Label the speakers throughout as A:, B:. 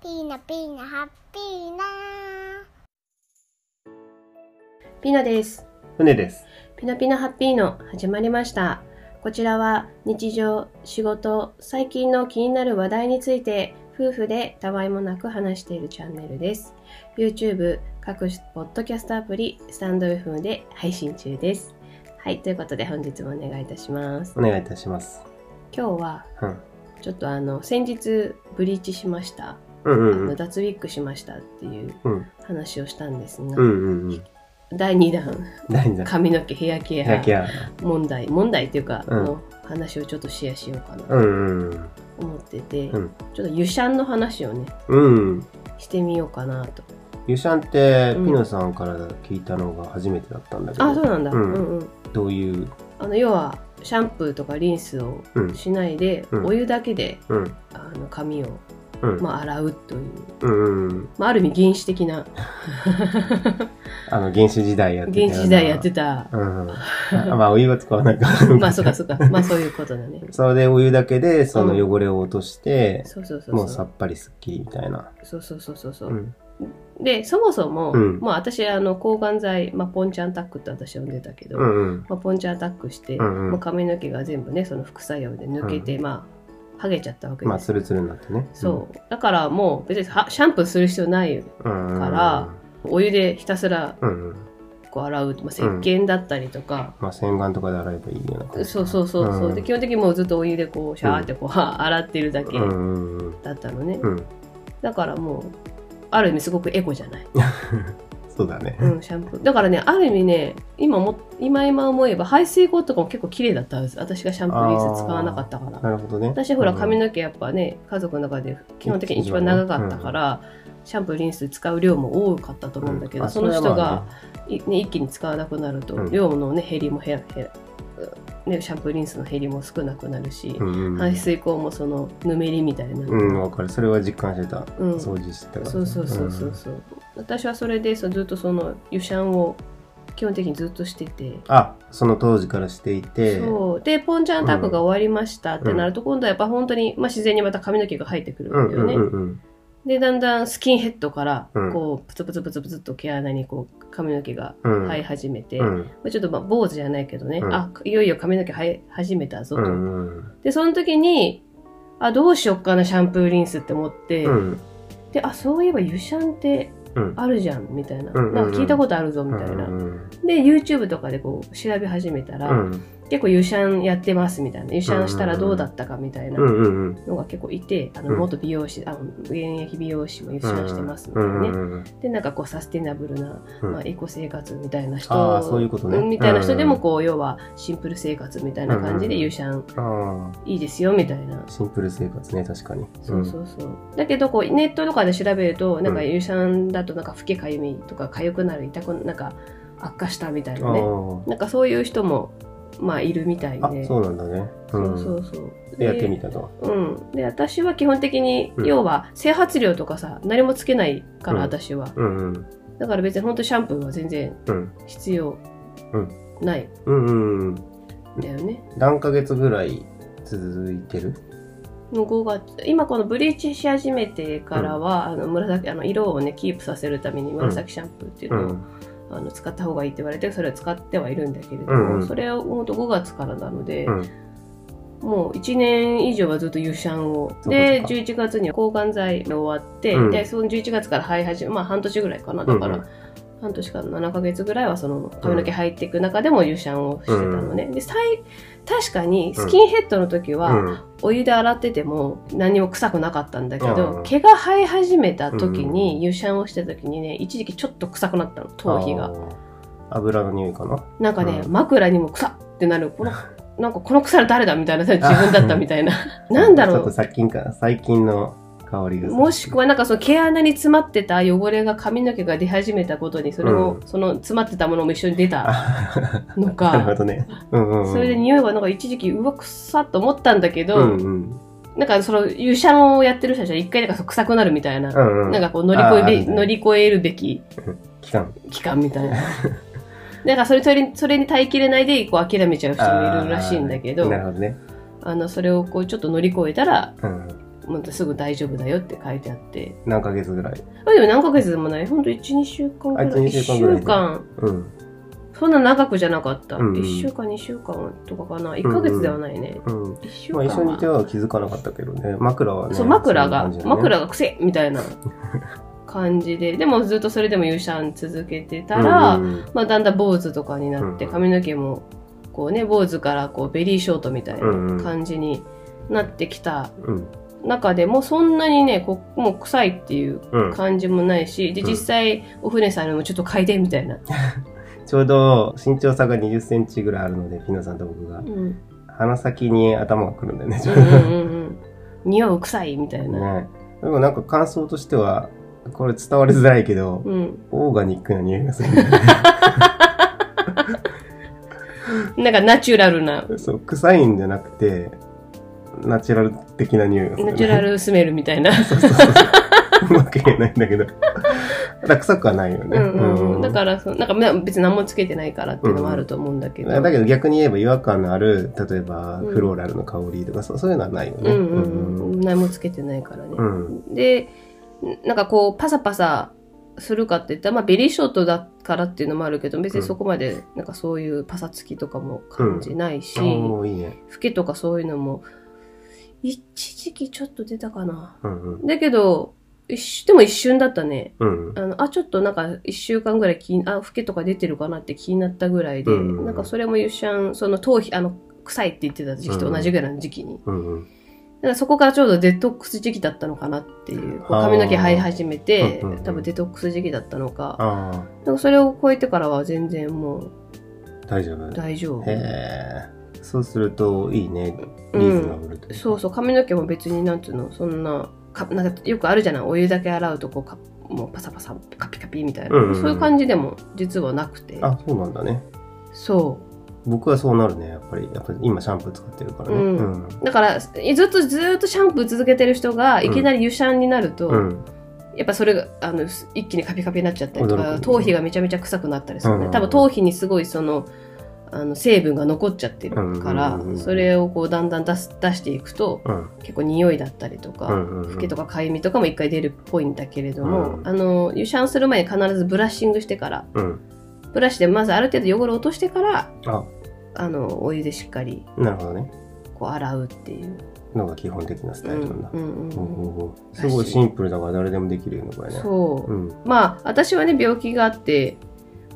A: ーナピーナハッピーナ
B: ピノです。
C: 船です。
B: ピノピノハッピーの始まりました。こちらは日常、仕事、最近の気になる話題について夫婦でたわいもなく話しているチャンネルです。YouTube、各種ポッドキャストアプリ、スタンド FM で配信中です。はい、ということで本日もお願いいたします。
C: お願いいたします。
B: 今日は
C: うん。
B: ちょっとあの先日ブリーチしました、あ
C: うんう
B: の
C: ん
B: 脱ウィッグしましたっていう
C: うん。
B: 話をしたんですが、
C: うんうんうん。
B: 第2弾
C: 何だ
B: 髪の毛ヘアケア
C: ヘアケア。
B: 問題問題っていうか、
C: うん
B: の話をちょっとシェアしようかな
C: う
B: と
C: んうん
B: 思ってて、
C: うん
B: ちょっと湯シャンの話をね
C: うん。うん。
B: してみようかなと
C: ゆしゃんって、
B: うん
C: ピノさんから聞いたのが初めてだったんだけど。
B: あそうなんだ、う、
C: うんん
B: うん
C: どういう。
B: あの要はシャンプーとかリンスを
C: うん。
B: しないで、
C: うん
B: お湯だけで
C: うん。
B: あの髪を、
C: うん。
B: まあ、洗うという、
C: うんうん。
B: まあ、ある意味原始的な
C: あの、原始時代やってた
B: 原
C: ような。
B: 始時代やってた
C: うんうん。あまあ、お湯は使わないから。
B: まあそうかそうかまあそういうことだね
C: それでお湯だけで、その
B: うん
C: 汚れを落として、
B: そうそうそ
C: も
B: う
C: う
B: そ
C: さ
B: う
C: っぱりすっきりみたいな。
B: そうそうそうそうそう
C: う、ん。
B: でそもそも、
C: うん
B: まあ私あの抗がん剤、まあ、ポンチャンタックって私呼んでたけど、
C: うんうん。
B: まあ、ポンチャンタックして、
C: うんうん
B: もう髪の毛が全部ねその副作用で抜けて、まあはげちゃったわけ
C: まあ、
B: です、
C: ツルツルになってね。
B: そうだからもう別にはシャンプーする必要ないよ
C: うん。うん。
B: からお湯でひたすら
C: うんうん。
B: こう洗う、まあ、石鹸だったりとか、
C: まあ、洗顔とかで洗えばいいような。
B: そうそうそうそう、
C: うん
B: で基本的にもうずっとお湯でこうシャーってこう、 洗ってるだけ
C: うんうんうん。
B: だったのね、
C: うん。
B: だからもうある意味すごくエコじゃない、
C: そうだね。
B: うん、シャンプーだからねある意味ね今も今今思えば排水口とかも結構綺麗だったんです私がシャンプーリンス使わなかったから
C: なるほどね。
B: 私ほら
C: うん
B: 髪の毛やっぱね家族の中で基本的に一番長かったから、シャンプーリンス使う量も多かったと思うんだけど、
C: あ
B: その人
C: れはまあ
B: がい、ね、一気に使わなくなると、
C: うん
B: 量のね減りも減ら減ら、ね、シャンプーリンスの減りも少なくなるし、
C: ねうんうん
B: 排水口もそのぬめりみたいな、
C: うん、わかる。それは実感してた。
B: うん
C: 掃除してたから。
B: そうそうそうそうそう、私はそれでそうずっとその湯シャンを基本的にずっとしてて。
C: あ、その当時からしていて。
B: そうでポンちゃんタックが終わりましたってなると、今度はやっぱ本当に、まあ、自然にまた髪の毛が生えてくるんだ
C: う
B: よ
C: ん
B: ね、
C: うんうんうん。
B: でだんだんスキンヘッドから
C: うん
B: こうプツプツプツプツっと毛穴にこう髪の毛が
C: うん
B: 生え始めて、
C: う
B: ま
C: ん
B: あちょっとまあ坊主じゃないけどね、
C: うん
B: あいよいよ髪の毛生え始めたぞ
C: う
B: と、
C: んうん
B: でその時にあどうしよっかなシャンプーリンスって思って、
C: うん
B: であそういえば湯シャンって
C: うん
B: あるじゃんみたいな,、
C: うんうんうん
B: なんか聞いたことあるぞみたいな、で YouTube とかでこう調べ始めたら、結構湯シャンやってますみたいな湯シャンしたらどうだったかみたいな
C: うんうんうん
B: のが結構いてあの
C: うん
B: 元美容師、あの現役美容師も湯シャンしてますみた
C: う
B: いなね、
C: んうん
B: でなんかこうサステナブルな、
C: うん
B: まあ、エコ生活みたいな人
C: あーそういうことね
B: みたいな人でも
C: うん
B: こう、要はシンプル生活みたいな感じで
C: うん
B: ユーシャン
C: あ
B: いいですよみたいな
C: あ、。シンプル生活ね、確かに。
B: そうそうそうだけどこうネットとかで調べるとなんか
C: うん
B: ユーシャンだとなんか老けかゆみとか痒くなる痛くなんか悪化したみたいなね
C: うん
B: なんかそういう人もまあいるみたい
C: ああ
B: で、
C: そうなんだね。
B: そうそ
C: ん
B: うそう
C: でやってみ
B: で
C: たと。
B: うん、で私は基本的に、
C: うん
B: 要は整髪料とかさ何もつけないから、
C: うん
B: 私は
C: うんうん
B: だから別に本当シャンプーは全然
C: うん
B: 必要ないん
C: うんうんうん。
B: だよね。
C: 何ヶ月ぐらい続いてる
B: もう5月今このブリーチし始めてからは、あの紫あの色をねキープさせるために紫シャンプーっていう
C: う
B: のを、
C: ん。
B: あの使った方がいいって言われてそれを使ってはいるんだけれども、
C: うんうん
B: それを本当5月からなので、
C: うん
B: もう1年以上はずっと湯シャンを
C: そうか
B: で
C: そうか
B: 11月に抗がん剤が終わって、
C: うん
B: でその11月から生え始めまあ半年ぐらいかなだから、
C: うんうん
B: 半年から7ヶ月ぐらいはその髪の毛入っていく中でも湯シャンをしてたのね、でさい確かにスキンヘッドの時は、
C: うん
B: お湯で洗ってても何も臭くなかったんだけど、
C: うん
B: 毛が生え始めた時
C: うん
B: に、湯シャンをしてた時にね一時期ちょっと臭くなったの頭皮
C: あ
B: が
C: ー。油の匂いかな
B: なんかね、
C: う
B: 枕にも臭っってなる このなんかこの臭いの誰だみたいな自分だったみたいななんだ
C: ち
B: ろ
C: ょっと
B: う
C: 殺菌か、最近の香りがする。
B: もしくはなんかその毛穴に詰まってた汚れが髪の毛が出始めたことにそれも、
C: う
B: その詰まってたものも一緒に出た
C: あ
B: の
C: なるほ
B: か
C: どね。うんうんうん。
B: それで匂いがなんか一時期うわ臭っと思ったんだけど、
C: うんうん。
B: なんかその湯シャンをやってる人たちは一回なんかそう臭くなるみたいな
C: うんうん。
B: なんかこう乗
C: あーあ
B: り
C: る
B: 越え
C: ね
B: べ乗り越えるべき
C: 期間。
B: 期間みた いな。なんかそれそれにそれに耐えきれないでこう諦めちゃう人もいるらしいんだけど
C: あーなるほどね。
B: あのそれをこうちょっと乗り越えたら
C: うん。
B: またすぐ大丈夫だよって書いてあって。
C: 何ヶ月ぐらい。
B: あ、でも何ヶ月でもない。ほんと1、2週間くらい。
C: あ1 2週間ぐらい
B: 1週間。
C: うん。
B: そんな長くじゃなかった。
C: うんうん
B: 1週間、2週間とかかな。1ヶ月ではないね。
C: うん。
B: 1週
C: まあ
B: 間
C: 一緒にいて
B: は。
C: は気づかなかったけどね。枕はね。
B: そう、枕が、
C: そんな感じだね
B: 枕が癖みたい な感じで。でもずっとそれでも勇者続けてたら、
C: うんうん
B: まあだんだん坊主とかになって、
C: うんうん
B: 髪の毛もこうね、坊主からこうベリーショートみたいな感じになってきた
C: うん。
B: 中でもそんなにね、こもう臭いっていう
C: うん。
B: 感じもないし、で、
C: うん
B: 実際、お船さんにもちょっと嗅いでみたいな。
C: ちょうど身長差が20センチぐらいあるので、ピノさんと僕が
B: う。ん。
C: 鼻先に頭がくるんだよね。
B: うんうんうんうん。匂う臭いみたいな。
C: ね。でもなんか感想としては、これ伝わりづらいけど、
B: うん。
C: オーガニックな匂いがする。
B: なんかナチュラルな、
C: そう、臭いんじゃなくて、ナチュラル的な匂いがする、ね。
B: ナチュラルスメルみたいな。
C: そうそうそう そう。うまく言えないんだけど。だから臭くはないよね。
B: うんうんうん。だかららそう、なんかまあ別に何もつけてないからっていうのもあると思うんだけど。
C: だけど逆に言えば違和感のある、例えば
B: うん
C: フローラルの香りとか、そうそういうのはないよね。
B: うんうんうん。何もつけてないからね。
C: うんうん
B: で、なんかこう、パサパサするかって言ったら、まあ、ベリーショートだからっていうのもあるけど、別にそこまで、なんかそういうパサつきとかも感じないし、
C: おーいいね。
B: フケとかそういうのも、一時期ちょっと出たかな。
C: うんうん。
B: だけど、一瞬でも一瞬だったね。
C: うん
B: あの、あ、ちょっとなんか一週間ぐらい気に、あ、フケとか出てるかなって気になったぐらいで、
C: うん
B: なんかそれもゆっしゃん、その頭皮、あの、臭いって言ってた時期と同じぐらいの時期に。
C: うんうん。
B: だからそこからちょうどデトックス時期だったのかなっていう。こう
C: あー
B: 髪の毛生え始めて
C: うんうんうん、
B: 多分デトックス時期だったのか。
C: ああ、
B: でもそれを超えてからは全然もう
C: 大丈夫。
B: 大丈夫。
C: へえ。そうするといいね。リーズナブルといか
B: そうそう、髪の毛も別になんつうの、そんな、かなんかよくあるじゃない、お湯だけ洗うとこうか、もうパサパサ、カピカピみたいな。
C: うんうんうん
B: そういう感じでも実はなくて。
C: あ、そうなんだね。
B: そ
C: 僕はそうなるね、やっぱり。やっぱり今シャンプー使ってるからね。
B: う
C: うんん。
B: う。だから、ずっとずっとシャンプー続けてる人が、いきなり油シャンになると、
C: うん。
B: やっぱそれがあのす一気にカピカピになっちゃったりと
C: 驚
B: か
C: く
B: 頭皮がめちゃめちゃ臭くなったりするね、
C: うん
B: 多分頭皮にすごいそのあの成分が残っちゃってるから、
C: うんうんうんうん
B: それをこうだんだん出す出していくと
C: うん。
B: 結構匂いだったりとか、
C: うん。うん
B: フケとかかゆみとかも一回出るっぽいんだけれども、
C: うん
B: あの湯シャンする前に必ずブラッシングしてから
C: うん。
B: ブラシでまずある程度汚れを落としてから
C: あ、
B: あのお湯でしっかり
C: なるほどね。
B: こう洗うっていう、
C: のが基本的なスタイルなんだ。
B: うんうん
C: ほう
B: うん
C: ほうほうすごいシンプルだから誰でもできるよね、これね。
B: そう、
C: うん。
B: まあ私はね病気があって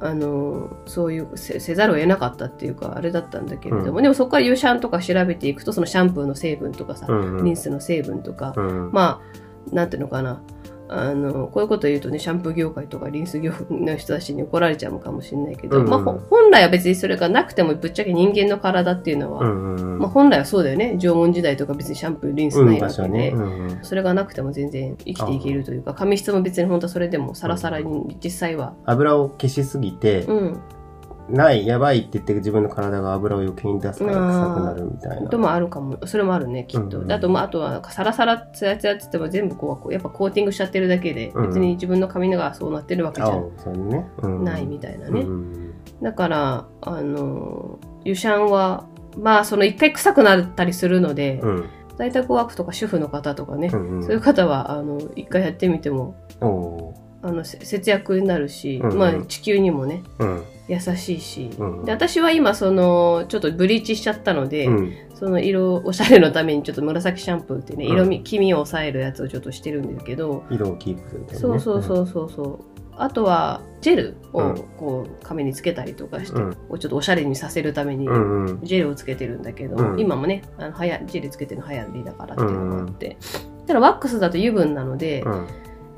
B: あのそういうせせざるを得なかったっていうかあれだったんだけれども、
C: うん
B: でもそこから油シャンとか調べていくとそのシャンプーの成分とかさ、
C: うん。うん
B: リンスの成分とか、
C: うん。
B: まあなんていうのかなあのこういうこと言うとねシャンプー業界とかリンス業界の人たちに怒られちゃうかもしれないけど、
C: うん
B: まあ、ほ本来は別にそれがなくてもぶっちゃけ人間の体っていうのは、
C: うんうん。
B: まあ、本来はそうだよね縄文時代とか別にシャンプーリンス
C: う、
B: なんいわ
C: 確
B: け
C: か
B: で、
C: にね。うんうん
B: それがなくても全然生きていけるというか髪質も別に本当はそれでもサラサラに実際は
C: 油を消しすぎて
B: う、ん
C: ない、やばいって言って自分の体が油を余計に出すから臭くなるみたいな。
B: こともあるかもそれもあるねきっと、
C: うんうん
B: であとまああとはなんかサラサラツヤツヤって言っても全部こうやっぱコーティングしちゃってるだけで
C: うん
B: 別に自分の髪の毛がそうなってるわけじゃ
C: 青、そういうね。うん
B: ないみたいな
C: う
B: ね
C: ん
B: だからあの油シャンはまあその一回臭くなったりするので
C: うん。うん
B: 在宅ワークとか主婦の方とかね
C: うんうん。
B: そういう方はあの一回やってみても
C: おー
B: あのせ節約になるし
C: うんうん
B: まあ地球にもね
C: うん。
B: 優しいし、
C: うん
B: で私は今そのちょっとブリーチしちゃったので、
C: うん。
B: その色おしゃれのためにちょっと紫シャンプーっていうね
C: うん
B: 色味、黄身を抑えるやつをちょっとしてるんですけど、
C: 色をキープするみたいなね。
B: そうそうそうそうそうあとはジェル
C: う
B: を
C: ん
B: こう髪につけたりとかして、
C: うん
B: こうちょっとおしゃれにさせるために
C: うんうん。
B: ジェルをつけてるんだけど、
C: うん
B: 今もねあのはやジェルつけてるの流行りだからっていうのがあって、ただワックスだと油分なので、
C: うん。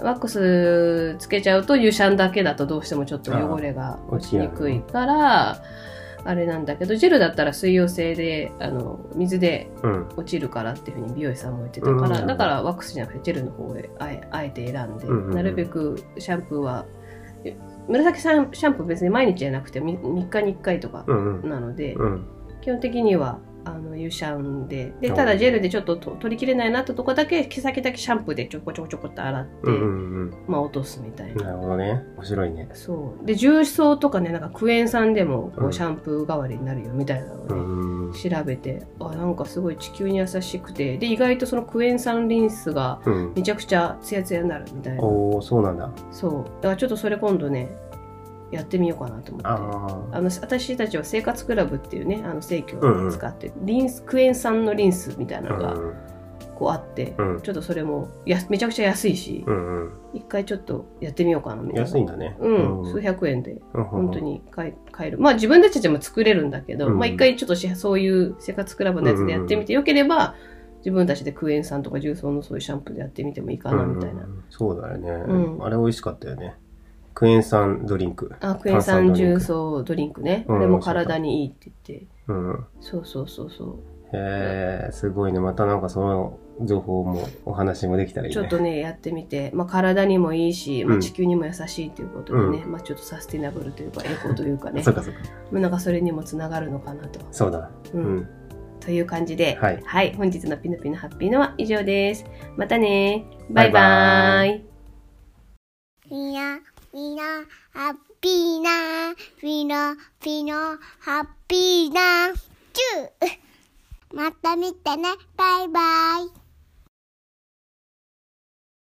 B: ワックスつけちゃうと油シャンだけだとどうしてもちょっと汚れが落ちにくいからあれなんだけどジェルだったら水溶性であの水で
C: うん。
B: 落ちるからっていうふうに美容師さんも言ってたか
C: う
B: ら
C: ん
B: だからワックスじゃなくてジェルの方へあえあえて選んで
C: うんうんうん
B: なるべくシャンプーはえ紫シャンシャンプー別に毎日じゃなくてみ3日に1回とか
C: うんうん。
B: なので
C: うん。
B: 基本的にはあの油シャンででただジェルでちょっとと取りきれないなってとこだけ毛先だけシャンプーでちょこちょこちょこっと洗って、
C: うんうん
B: まあ、落とすみたい
C: うん。
B: な。
C: なるほどね。面白いね。
B: そうで重曹とかねなんかクエン酸でもこ
C: うん
B: うシャンプー代わりになるよみたいなのを
C: う
B: ね、
C: ん。うん
B: 調べてあなんかすごい地球に優しくてで意外とそのクエン酸リンスが
C: うん。
B: めちゃくちゃツヤツヤになるみたいな
C: おお、そうなんだ。
B: そうだからちょっとそれ今度ねやってみようかなと思って
C: ああ。
B: あの私たちは生活クラブっていうねあの生協
C: うんう
B: を
C: ん
B: 使って、リンスクエン酸のリンスみたいなの
C: う
B: が
C: ん
B: こうあって、
C: うん
B: ちょっとそれもやめちゃくちゃ安いし、
C: うんうん。
B: 一回ちょっとやってみようかなみたいな
C: 安いんだね。
B: うん、
C: うん
B: 数百円で
C: うん
B: 本当に買い買えるまあ自分たちでも作れるんだけど、
C: うん
B: まあ一回ちょっとしそういう生活クラブのやつでやってみて、よければ自分たちでクエン酸とか重曹のそういうシャンプーでやってみてもいいかなみたいな、
C: うんうんそうだよね、
B: うん
C: あれ美味しかったよねクエン酸ドリンク
B: あクエン酸重曹ドリンクね、
C: うん
B: これも体にいいって言って
C: うん
B: そうそうそうそう
C: へえすごいねまたなんかその情報もお話もできたらいい
B: ち
C: ね
B: ょっとねやってみて、まあ、体にもいいし、ま
C: う
B: あ、
C: ん
B: 地球にも優しいということでね、
C: う
B: まあ、ちょっとサスティナブルというかエコというかね
C: そうかそうか
B: まあなんかそれにもつながるのかなと。
C: そうだ
B: う
C: うんん、
B: という感じで、
C: はい
B: 本日の「ピノピノハッピーの」は以上です。またねバイバ
C: バイバ
B: イ
C: イ
A: みんな、みんな、ハッピーな、みんな、みんな、ハッ ピーな、チューまた見てね、バイバイ。